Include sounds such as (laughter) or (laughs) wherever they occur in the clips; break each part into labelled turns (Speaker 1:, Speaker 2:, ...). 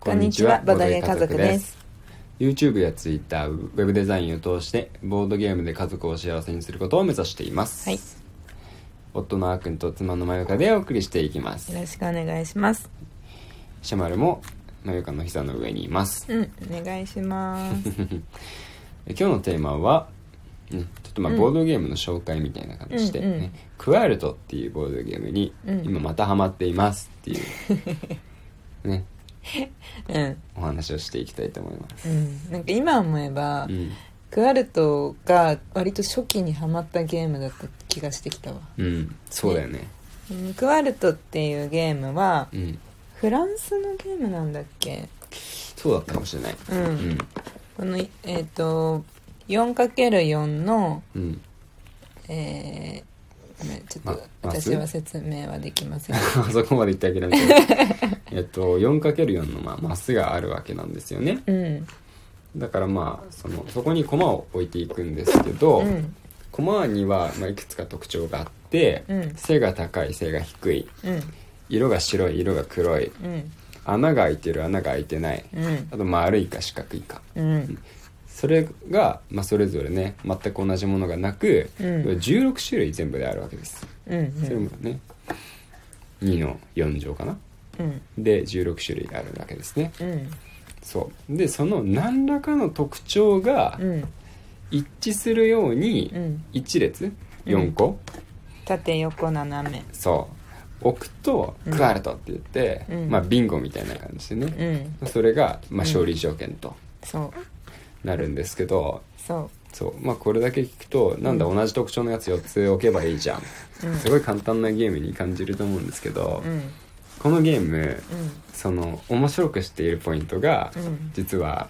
Speaker 1: こんにちはボードゲー家族です
Speaker 2: YouTube や Twitter ウェブデザインを通してボードゲームで家族を幸せにすることを目指しています、
Speaker 1: はい
Speaker 2: 夫のあーくんと妻のまゆかでお送りしていきます
Speaker 1: よろしくお願いします
Speaker 2: シャマルもまゆかの膝の上にいます
Speaker 1: うんお願いします
Speaker 2: (laughs) 今日のテーマは、うん、ちょっとまあ
Speaker 1: うん
Speaker 2: ボードゲームの紹介みたいな感じで、ね
Speaker 1: うんうん
Speaker 2: クワイルトっていうボードゲームに
Speaker 1: うん
Speaker 2: 今またハマっていますっていう
Speaker 1: (laughs)
Speaker 2: ね
Speaker 1: うん、
Speaker 2: お話をしていきたいと思います、
Speaker 1: うん、なんか今思えば、
Speaker 2: うん
Speaker 1: クワルトが割と初期にハマったゲームだった気がしてきたわ、
Speaker 2: うん、そうだよね
Speaker 1: うん、クワルトっていうゲームは
Speaker 2: うん
Speaker 1: フランスのゲームなんだっけ
Speaker 2: そうだったかもしれない
Speaker 1: うんこのえっ、と 4×4 の
Speaker 2: うん、 (laughs) うん、
Speaker 1: えーごめんちょっと、
Speaker 2: まマス
Speaker 1: 私は説明はできません
Speaker 2: あそこまで言って諦めて
Speaker 1: (laughs)
Speaker 2: えっと 4×4 のまあマスがあるわけなんですよね
Speaker 1: うん
Speaker 2: だからまあそのそこに駒を置いていくんですけど、
Speaker 1: うん
Speaker 2: 駒にはまあいくつか特徴があって、
Speaker 1: うん
Speaker 2: 背が高い背が低い
Speaker 1: うん
Speaker 2: 色が白い色が黒い
Speaker 1: うん
Speaker 2: 穴が開いてる穴が開いてない
Speaker 1: うん
Speaker 2: あと丸いか四角いか
Speaker 1: うん
Speaker 2: それが、まあ、それぞれね全く同じものがなく、
Speaker 1: うん
Speaker 2: 16種類全部であるわけです、
Speaker 1: うんうん
Speaker 2: それもね2の4乗かな
Speaker 1: うん
Speaker 2: で16種類があるわけですね
Speaker 1: うん
Speaker 2: そうでその何らかの特徴が
Speaker 1: うん
Speaker 2: 一致するように
Speaker 1: うん
Speaker 2: 1列
Speaker 1: うん
Speaker 2: 4個、
Speaker 1: 縦横斜め
Speaker 2: そう置くと
Speaker 1: うん
Speaker 2: クワルトって言って、
Speaker 1: うん
Speaker 2: まあ、ビンゴみたいな感じでね、
Speaker 1: うん
Speaker 2: それが、まあ、
Speaker 1: ん
Speaker 2: 勝利条件と
Speaker 1: そう
Speaker 2: なるんですけど、
Speaker 1: そ
Speaker 2: そうまあこれだけ聞くとなんだ同じ特徴のやつ4つ置けばいいじゃん、
Speaker 1: うん
Speaker 2: すごい簡単なゲームに感じると思うんですけど、
Speaker 1: ううん
Speaker 2: このゲーム
Speaker 1: うん
Speaker 2: その面白くしているポイントが、
Speaker 1: うん
Speaker 2: 実は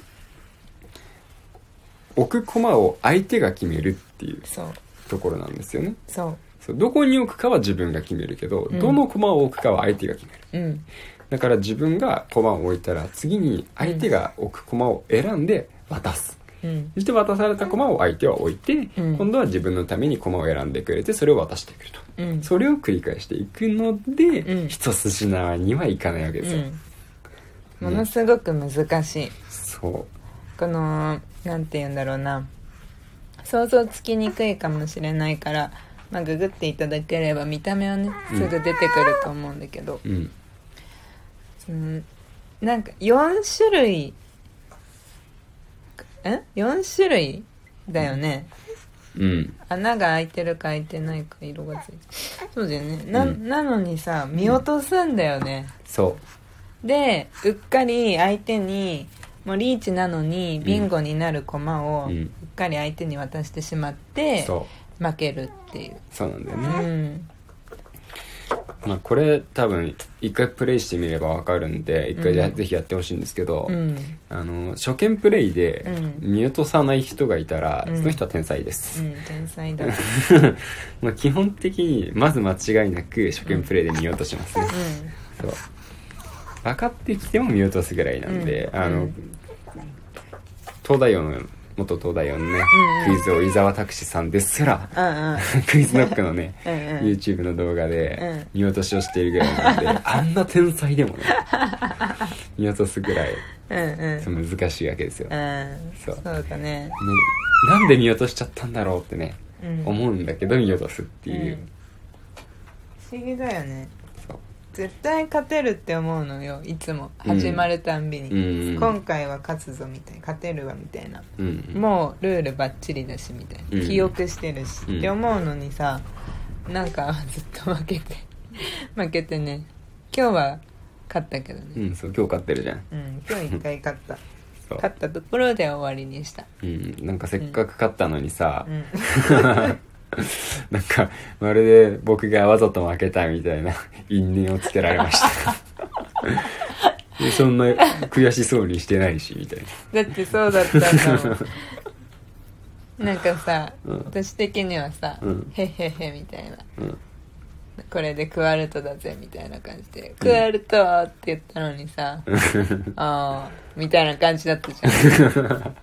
Speaker 2: 置く駒を相手が決めるっていう
Speaker 1: そう
Speaker 2: ところなんですよね
Speaker 1: そ
Speaker 2: そうどこに置くかは自分が決めるけど、
Speaker 1: うん
Speaker 2: どの駒を置くかは相手が決める
Speaker 1: ううん
Speaker 2: だから自分が駒を置いたら次に相手が置く駒を選んで渡す
Speaker 1: うん
Speaker 2: そして渡された駒を相手は置いて、
Speaker 1: うん
Speaker 2: 今度は自分のために駒を選んでくれてそれを渡してくると、
Speaker 1: うん
Speaker 2: それを繰り返していくので、
Speaker 1: うん
Speaker 2: 一筋縄にはいかないわけ
Speaker 1: う
Speaker 2: ですよ、
Speaker 1: んものすごく難しい
Speaker 2: そ
Speaker 1: このなんて言うんだろうな想像つきにくいかもしれないから、まあ、ググっていただければ見た目はね
Speaker 2: うん
Speaker 1: すぐ出てくると思うんだけど、
Speaker 2: ううん
Speaker 1: そのなんか4種類ん ?4 種類だよね、
Speaker 2: うん
Speaker 1: 穴が開いてるか開いてないか色がついてそうだよねな,、
Speaker 2: うん
Speaker 1: なのにさ見落とすんだよね、
Speaker 2: そ
Speaker 1: でうっかり相手にもうリーチなのにビンゴになる駒を、
Speaker 2: う、う、
Speaker 1: うんっかり相手に渡してしまって
Speaker 2: そう
Speaker 1: 負けるっていう
Speaker 2: そうなんだよ
Speaker 1: う
Speaker 2: ね、
Speaker 1: ん
Speaker 2: まあ、これ多分一回プレイしてみればわかるんで一回や、
Speaker 1: うん
Speaker 2: ぜひやってほしいんですけど、
Speaker 1: うん
Speaker 2: あの初見プレイで
Speaker 1: う
Speaker 2: 見落とさない人がいたら、
Speaker 1: うん
Speaker 2: その人は天才で
Speaker 1: う
Speaker 2: す、
Speaker 1: ん天
Speaker 2: (laughs)
Speaker 1: 才だ
Speaker 2: まあ基本的にまず間違いなく初見プレイで見落としますね、そう分かってきても見落とすぐらいなんで、
Speaker 1: うん
Speaker 2: あ
Speaker 1: う
Speaker 2: の
Speaker 1: ん
Speaker 2: 東大王の元東大王のね、
Speaker 1: うんうん
Speaker 2: クイズ王伊沢拓司さんですら (laughs)
Speaker 1: うんうん
Speaker 2: クイズノックのね
Speaker 1: うんうん
Speaker 2: (laughs) YouTube の動画で
Speaker 1: う
Speaker 2: 見落としをしているぐらい
Speaker 1: (laughs)
Speaker 2: なんで、あんな天才でもね見落とすぐらい
Speaker 1: うんうん
Speaker 2: そう難しいわけですよ、ね、
Speaker 1: う
Speaker 2: そ
Speaker 1: ん
Speaker 2: う
Speaker 1: そうだね
Speaker 2: なんで見落としちゃったんだろうってね
Speaker 1: うん
Speaker 2: 思うんだけど見落とすっていう、
Speaker 1: うん不思議だよね
Speaker 2: そう
Speaker 1: 絶対勝てるって思うのよいつも
Speaker 2: うん
Speaker 1: 始まるたんびに、
Speaker 2: うん
Speaker 1: 今回は勝つぞみたいな勝てるわみたいな、
Speaker 2: うんうん
Speaker 1: もうルールばっちりだしみたいな、
Speaker 2: うん
Speaker 1: 記憶してるし、
Speaker 2: うん
Speaker 1: って思うのにさなんか (laughs) ずっと負けて (laughs) 負けてね今日は勝ったけど
Speaker 2: う
Speaker 1: ね
Speaker 2: んそう今日買ってるじゃん
Speaker 1: うん、今日一回勝った
Speaker 2: そう
Speaker 1: 勝ったところで終わりにした
Speaker 2: うん、なんかせっかく買ったのにさ、
Speaker 1: うん
Speaker 2: (laughs)
Speaker 1: (laughs)
Speaker 2: なんかまるで僕がわざと負けたみたいな因縁をつけられました
Speaker 1: (laughs)
Speaker 2: でそんな悔しそうにしてないしみたいな
Speaker 1: だってそうだったんだもんなんかさ、
Speaker 2: うん
Speaker 1: 私的にはさ「
Speaker 2: うん
Speaker 1: へっへっへ」みたいな
Speaker 2: うん
Speaker 1: これでクワルトだぜみたいな感じで「クワルト!」って言ったのにさ「ああ」みたいな感じだったじ
Speaker 2: (laughs)
Speaker 1: ゃん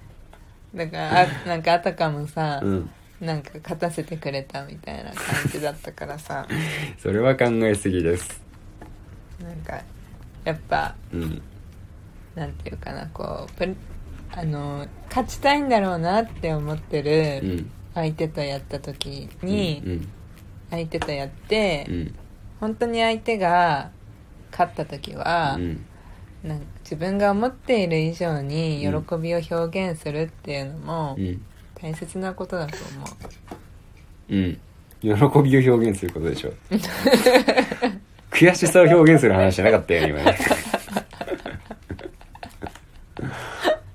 Speaker 1: だからあなんかあたかもさ、
Speaker 2: うん
Speaker 1: なんか勝たせてくれたみたいな感じだったからさ
Speaker 2: それは考えすぎです
Speaker 1: なんかやっぱ
Speaker 2: うん
Speaker 1: なんていうかなこうプレあの勝ちたいんだろうなって思って
Speaker 2: う
Speaker 1: る
Speaker 2: ん
Speaker 1: 相手とやった時に、
Speaker 2: うん
Speaker 1: 相手とやって、
Speaker 2: うん
Speaker 1: 本当に相手が勝った時は、
Speaker 2: うん
Speaker 1: なんか自分が思っている以上に喜びを表現するっていうのも
Speaker 2: うん
Speaker 1: 大切なことだと思
Speaker 2: うん喜びを表現することでしょ悔しさを表現する話じゃなかったよね今ね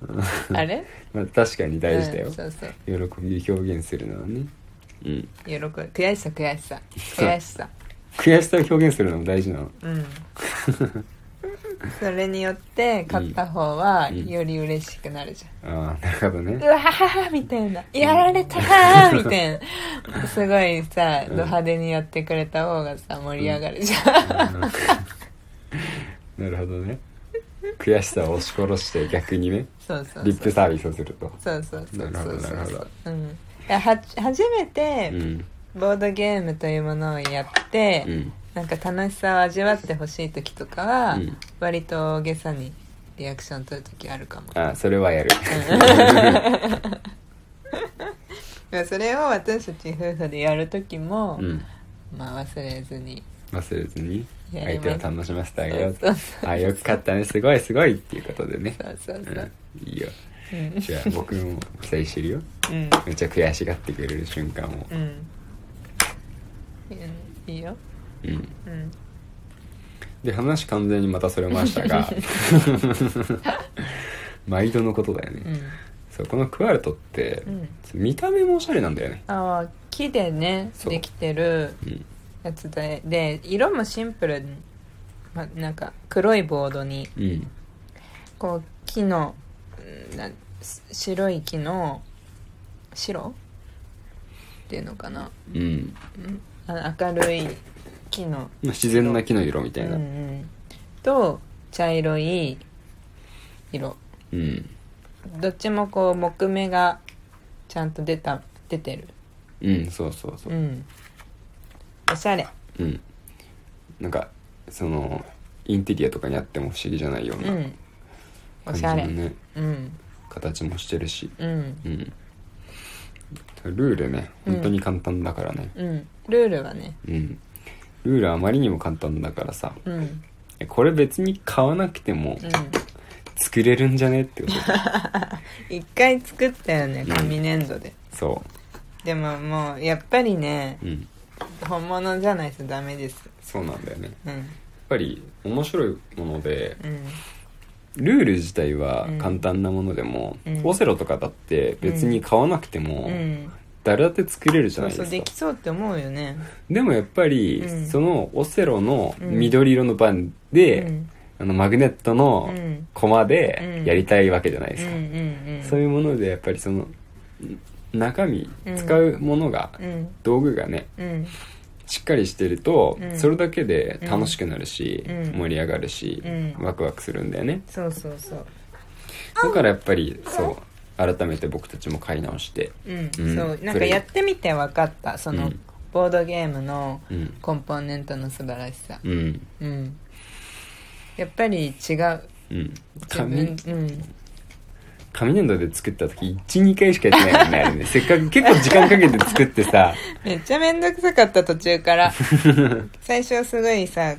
Speaker 1: う、あれ
Speaker 2: まあ確かに大事だよ、
Speaker 1: うんそうそう
Speaker 2: 喜びを表現するのはね、うん、
Speaker 1: 喜び悔しさ悔し
Speaker 2: (laughs)
Speaker 1: さ悔しさ
Speaker 2: 悔しさを表現するのも大事なの
Speaker 1: うんそれによって勝った方は
Speaker 2: うん
Speaker 1: より嬉しくなるじゃん、
Speaker 2: ああなるほど
Speaker 1: う
Speaker 2: ね
Speaker 1: わははみたいなやられた
Speaker 2: (laughs)
Speaker 1: ーみたいなすごいさド派手にやってくれた方がさ盛り上がるじゃん、 (laughs)
Speaker 2: なるほどね悔しさを押し殺して逆にね
Speaker 1: そうそうそう
Speaker 2: リップサービスをすると
Speaker 1: そうそうそう
Speaker 2: な
Speaker 1: そ
Speaker 2: るほ
Speaker 1: う
Speaker 2: ど
Speaker 1: そ
Speaker 2: な
Speaker 1: う
Speaker 2: る
Speaker 1: そ
Speaker 2: ほ
Speaker 1: ううんだからは初め
Speaker 2: う
Speaker 1: て
Speaker 2: ん
Speaker 1: ボードゲームというものをやって、
Speaker 2: うん
Speaker 1: なんか楽しさを味わってほしい時とかは、
Speaker 2: うん
Speaker 1: 割と大げさにリアクション取る時あるかも
Speaker 2: ああそれは
Speaker 1: (laughs)
Speaker 2: やる
Speaker 1: まあそれを私たち夫婦でやる時も、
Speaker 2: うん
Speaker 1: まあ忘れずに
Speaker 2: 忘れずに
Speaker 1: やり
Speaker 2: 相
Speaker 1: ます
Speaker 2: 手を楽しませてあげようと
Speaker 1: そうそうそう
Speaker 2: ああよく勝ったねすごいすごいっていうことでね
Speaker 1: そうそうそう、
Speaker 2: うんいいよ
Speaker 1: うん
Speaker 2: じゃあ僕も期待してるよ
Speaker 1: うん
Speaker 2: めっちゃ悔しがってくれる瞬間を
Speaker 1: うん、うん、いいよ
Speaker 2: うん
Speaker 1: うん
Speaker 2: で話完全にまたそれました
Speaker 1: (laughs)
Speaker 2: が毎度のことだよね、
Speaker 1: うん
Speaker 2: そうこのクワルトって、
Speaker 1: うん
Speaker 2: 見た目もおしゃれなんだよね
Speaker 1: ああ木でね
Speaker 2: そう
Speaker 1: できてる
Speaker 2: うん
Speaker 1: やつでで色もシンプルに、ま、なんか黒いボードに
Speaker 2: うん
Speaker 1: こう木のうんなす白い木の白っていうのかな
Speaker 2: うん
Speaker 1: あ明るい木の
Speaker 2: まあ自然な木の色みたいな
Speaker 1: うんうん、と茶色い色
Speaker 2: うん
Speaker 1: どっちもこう木目がちゃんと出た出てる
Speaker 2: うんそうそうそううん
Speaker 1: おしゃれ
Speaker 2: うんなんかそのインテリアとかにあっても不思議じゃないよう
Speaker 1: う
Speaker 2: なん
Speaker 1: お
Speaker 2: 感じ
Speaker 1: し
Speaker 2: の
Speaker 1: ゃれ
Speaker 2: ね
Speaker 1: うん
Speaker 2: 形もしてるし
Speaker 1: うん
Speaker 2: うんルールね本当に簡単だからね
Speaker 1: うんルールはね
Speaker 2: うん、ルールあまりにも簡単だからさ
Speaker 1: うんうん
Speaker 2: これ別に買わなくても作れるんじゃねって
Speaker 1: (laughs)
Speaker 2: こと
Speaker 1: 一回作ったよね
Speaker 2: うん
Speaker 1: 紙粘土で、
Speaker 2: そ
Speaker 1: でももうやっぱりね
Speaker 2: ううん
Speaker 1: 本物じゃないとダメです
Speaker 2: そうなんだよねやっ
Speaker 1: うん
Speaker 2: ぱり面白いもので
Speaker 1: うん
Speaker 2: ルール自体は簡単なものでも、
Speaker 1: うん
Speaker 2: オセロとかだって別に買わなくても
Speaker 1: うん
Speaker 2: 誰だって作れるじゃな
Speaker 1: そう
Speaker 2: いです
Speaker 1: そ
Speaker 2: か、
Speaker 1: うできそうって思うよね
Speaker 2: でもやっぱり、
Speaker 1: うん
Speaker 2: そのオセロの緑色の番で、
Speaker 1: うん
Speaker 2: あのマグネット
Speaker 1: う
Speaker 2: の
Speaker 1: ん
Speaker 2: コマ
Speaker 1: う
Speaker 2: で
Speaker 1: ん
Speaker 2: やりたいわけじゃないで
Speaker 1: う
Speaker 2: す
Speaker 1: ん
Speaker 2: か、
Speaker 1: うんうん
Speaker 2: そういうものでやっぱりその中身
Speaker 1: うん
Speaker 2: 使うものが、
Speaker 1: うん
Speaker 2: 道具がね
Speaker 1: うん
Speaker 2: しっかりしてると、
Speaker 1: うん
Speaker 2: それだけで楽しくなるし、
Speaker 1: うん
Speaker 2: 盛り上がるし、
Speaker 1: うん
Speaker 2: ワクワクするんだよね
Speaker 1: そうそうそう
Speaker 2: だからやっぱりそう改めて僕たちも買い直して
Speaker 1: うん、
Speaker 2: うん
Speaker 1: そうなん
Speaker 2: そ
Speaker 1: か
Speaker 2: れ
Speaker 1: やってみて分かったそ
Speaker 2: う
Speaker 1: の、
Speaker 2: ん
Speaker 1: ボードゲームの
Speaker 2: うん
Speaker 1: コンポーネントの素晴らしさ
Speaker 2: うん
Speaker 1: うんやっぱり違う
Speaker 2: うん
Speaker 1: 自
Speaker 2: 紙
Speaker 1: 分うん
Speaker 2: 紙粘土で作った時12回しかやってないもんねあれねせっかく結構時間かけて作ってさ
Speaker 1: めっちゃ面倒くさかった途中から
Speaker 2: (laughs)
Speaker 1: 最初すごいさ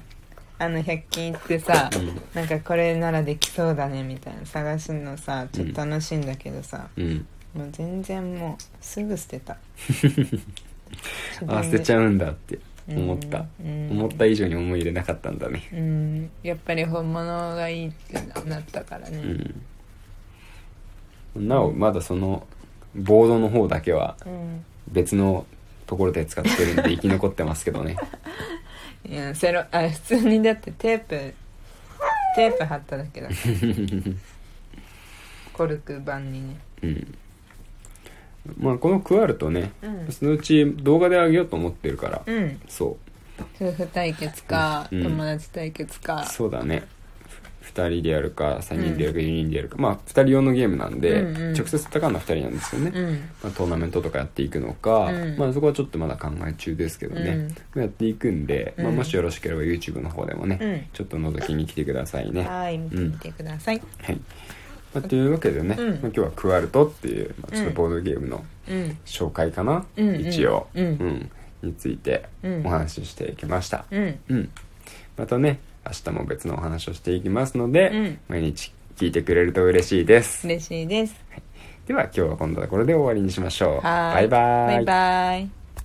Speaker 1: あの100均行ってさ、
Speaker 2: うん
Speaker 1: なんかこれならできそうだねみたいな探すのさちょっと楽しいんだけどさ、
Speaker 2: うん
Speaker 1: もう全然もうすぐ捨てた
Speaker 2: あ捨てち
Speaker 1: ゃ
Speaker 2: ゃうんだって思った、
Speaker 1: うん
Speaker 2: 思った以上に思い入れなかったんだね
Speaker 1: うんやっぱり本物がいいってなったからね、
Speaker 2: うんなおまだそのボードの方だけは
Speaker 1: うん
Speaker 2: 別のところで使ってるんで生き残ってますけどね
Speaker 1: いやセロあ普通にだってテープテープ貼っただけ
Speaker 2: (laughs)
Speaker 1: だからコルク板にね
Speaker 2: うんまあこのクワルトね、
Speaker 1: うん
Speaker 2: そのうち動画であげようと思ってるから、
Speaker 1: うん
Speaker 2: そ
Speaker 1: 夫婦対決か、
Speaker 2: うん
Speaker 1: 友達対決
Speaker 2: う
Speaker 1: か
Speaker 2: そうだね2人でやるか3人でやるか4人でやるか、まあ2人用のゲームなんで、
Speaker 1: うんうん
Speaker 2: 直接戦うのは2人なんですよね、
Speaker 1: うん
Speaker 2: まあ、トーナメントとかやっていくのか、
Speaker 1: うん
Speaker 2: まあ、そこはちょっとまだ考え中ですけどね、
Speaker 1: うん
Speaker 2: まあやっていくんで、まあ、
Speaker 1: うん
Speaker 2: もしよろしければ YouTube の方でもね、
Speaker 1: うん
Speaker 2: ちょっと覗きに来てくださいね。は
Speaker 1: はい見てみてください
Speaker 2: いまあ、というわけでね、
Speaker 1: うん
Speaker 2: まあ、今日はクワルトっていう、まあ、ちょっとボードゲームの
Speaker 1: うん
Speaker 2: 紹介かな、
Speaker 1: うんうん
Speaker 2: 一応、
Speaker 1: うん
Speaker 2: について
Speaker 1: うん
Speaker 2: お話ししていきました。
Speaker 1: うん
Speaker 2: うん、またね明日も別のお話をしていきますので、
Speaker 1: うん
Speaker 2: 毎日聞いてくれると嬉しいです。
Speaker 1: 嬉しいです
Speaker 2: では今日は今度はこれで終わりにしましょう。
Speaker 1: はい
Speaker 2: バイバ
Speaker 1: バイバイ